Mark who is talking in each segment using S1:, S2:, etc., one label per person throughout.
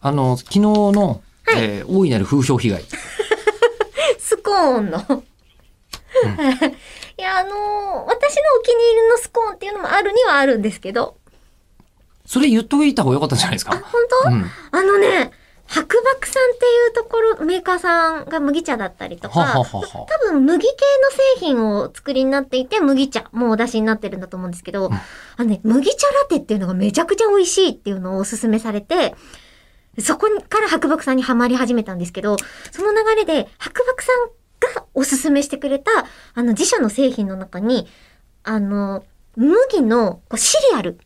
S1: あの、昨日の、えー大いなる風評被害。
S2: スコー ンの。いや、あのー私のお気に入りのスコーンっていうのもあるにはあるんですけど。
S1: それ言っといた方が良かったんじゃないです
S2: あ、
S1: か。
S2: 本当、
S1: うん。
S2: あのね、白漠さんっていうところ、メーカーさんが麦茶だったりとか、
S1: はははは
S2: 多分麦系の製品をお作りになっていて、麦茶もうお出しになってるんだと思うんですけど、あのね、麦茶ラテっていうのがめちゃくちゃ美味しいっていうのをおすすめされて、そこから白漠さんにはまり始めたんですけど、その流れで白漠さんがおすすめしてくれた、あの自社の製品の中に、あの、麦のこうシリアル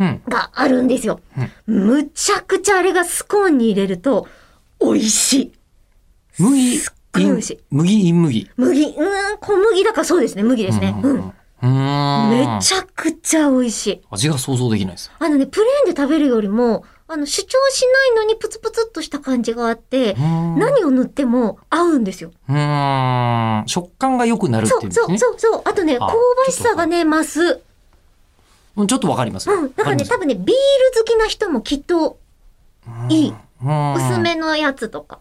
S1: うん。
S2: があるんですよ。むちゃくちゃあれがスコーンに入れると、美味しい。
S1: 麦
S2: すっごい美味しい、
S1: 麦、イン麦。
S2: 麦、うーん、小麦だからそうですね、麦ですね。うん。
S1: うん。
S2: め
S1: ゃ。
S2: ちゃくちゃ美味しい。
S1: 味が想像できないです。
S2: あのね、プレーンで食べるよりも、あの、主張しないのにプツプツっとした感じがあって
S1: う、ん。
S2: 何を塗っても合うんですよ。
S1: うん。食感が良くなるってい
S2: そうう、
S1: んで
S2: そ
S1: す
S2: う、
S1: ね。
S2: そう、そう。あとね、
S1: あ
S2: 香ばしさがね、増す。
S1: うんちょっとわかります。
S2: うん。だからね、
S1: わ
S2: 多分ね、ビール好きな人もきっと
S1: ります
S2: いい。
S1: うん
S2: 薄めのやつとか。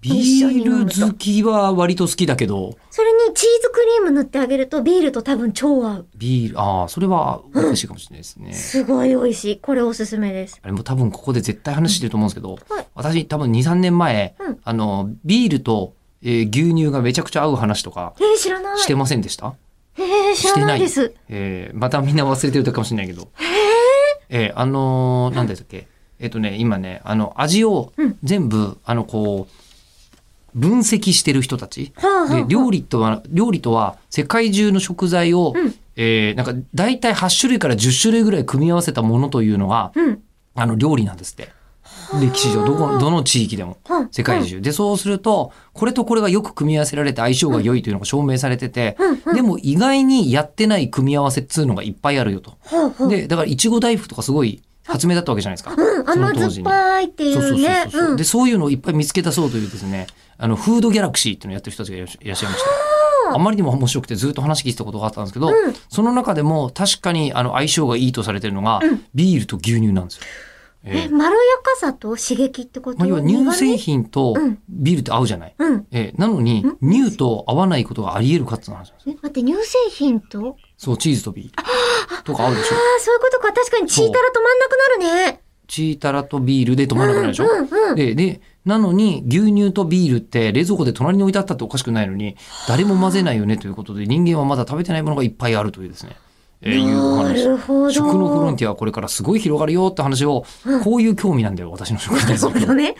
S1: ビール好きは割と好きだけど、
S2: それにチーズクリーム塗ってあげると、ビールと多分超合う。
S1: ビール、ああ、それは美味しいかもしれないですね。
S2: すごい美味しい。これおすすめです。
S1: あれも多分ここで絶対話してると思うんですけど、
S2: はい
S1: 私多分2、3年前、
S2: うん
S1: あの、ビールと、えー牛乳がめちゃくちゃ合う話とか
S2: えー、知らない。
S1: してませんでした、
S2: えー、知らないです。
S1: えーまたみんな忘れてるかもしれないけど。えーあのー、何でしたっけえっ、とね、今ね、あの、味を
S2: うん
S1: 全部、あの、こう、分析してる人たち。
S2: はあ、はあは
S1: で
S2: あ、
S1: 料理とは料理とは世界中の食材を、
S2: うん
S1: えーなんか大体8種類から10種類ぐらい組み合わせたものというのが
S2: うん。
S1: あの料理なんですって歴史上どこどの地域でも
S2: うん
S1: 世界。中でそうするとこれとこれがよく組み合わせられて相性が良いというのが証明されてて、
S2: うんうん
S1: でも意外にやってない組み合わせっつうのがいっぱいあるよと。
S2: はあはあ
S1: でだからいちご大福とかすごい発明だったわけじゃないですか。
S2: うん、甘酸っぱいってい
S1: そうそう
S2: う
S1: そう
S2: ね。
S1: そう、
S2: うん
S1: でそういうのをいっぱい見つけたそうというですねあのフードギャラクシーっていうのをやってる人たちがいらっしいらっしゃいましたあまりにも面白くてずっと話聞いてたことがあったんですけど、
S2: うん
S1: その中でも確かにあの相性がいいとされてるのが、ビールと牛乳なんですよ。え
S2: え、
S1: ー
S2: まろやかさと刺激ってこと
S1: まあ、要は乳製品
S2: 品。
S1: と
S2: うん
S1: ビールって合うじゃない、
S2: うん。
S1: えーなのに乳と合わないことがあり得るかっていう話なんですよ
S2: え、待って、乳製品と
S1: そうチーズとビールとか合うでしょ
S2: ああ、そういうことか。確かにチータラ止まんなくなるね。
S1: チータラとビールで止まらなくなるでしょ、
S2: うんうんうん。
S1: で、で、なのに牛乳とビールって冷蔵庫で隣に置いてあったっておかしくないのに、誰も混ぜないよねということで、人間はまだ食べてないものがいっぱいあるというですね。えーいうお
S2: な
S1: 話
S2: るほど。
S1: 食のフロンティアはこれからすごい広がるよって話を、こういう興味なんだよ、私の食に対す
S2: な
S1: る
S2: るほどね。